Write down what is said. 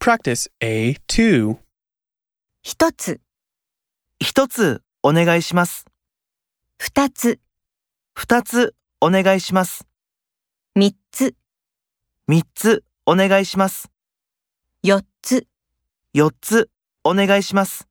Practice A2. 一つ、一つお願いします。二つ、二つお願いします。三つ、三つお願いします。四つ。四つお願いします。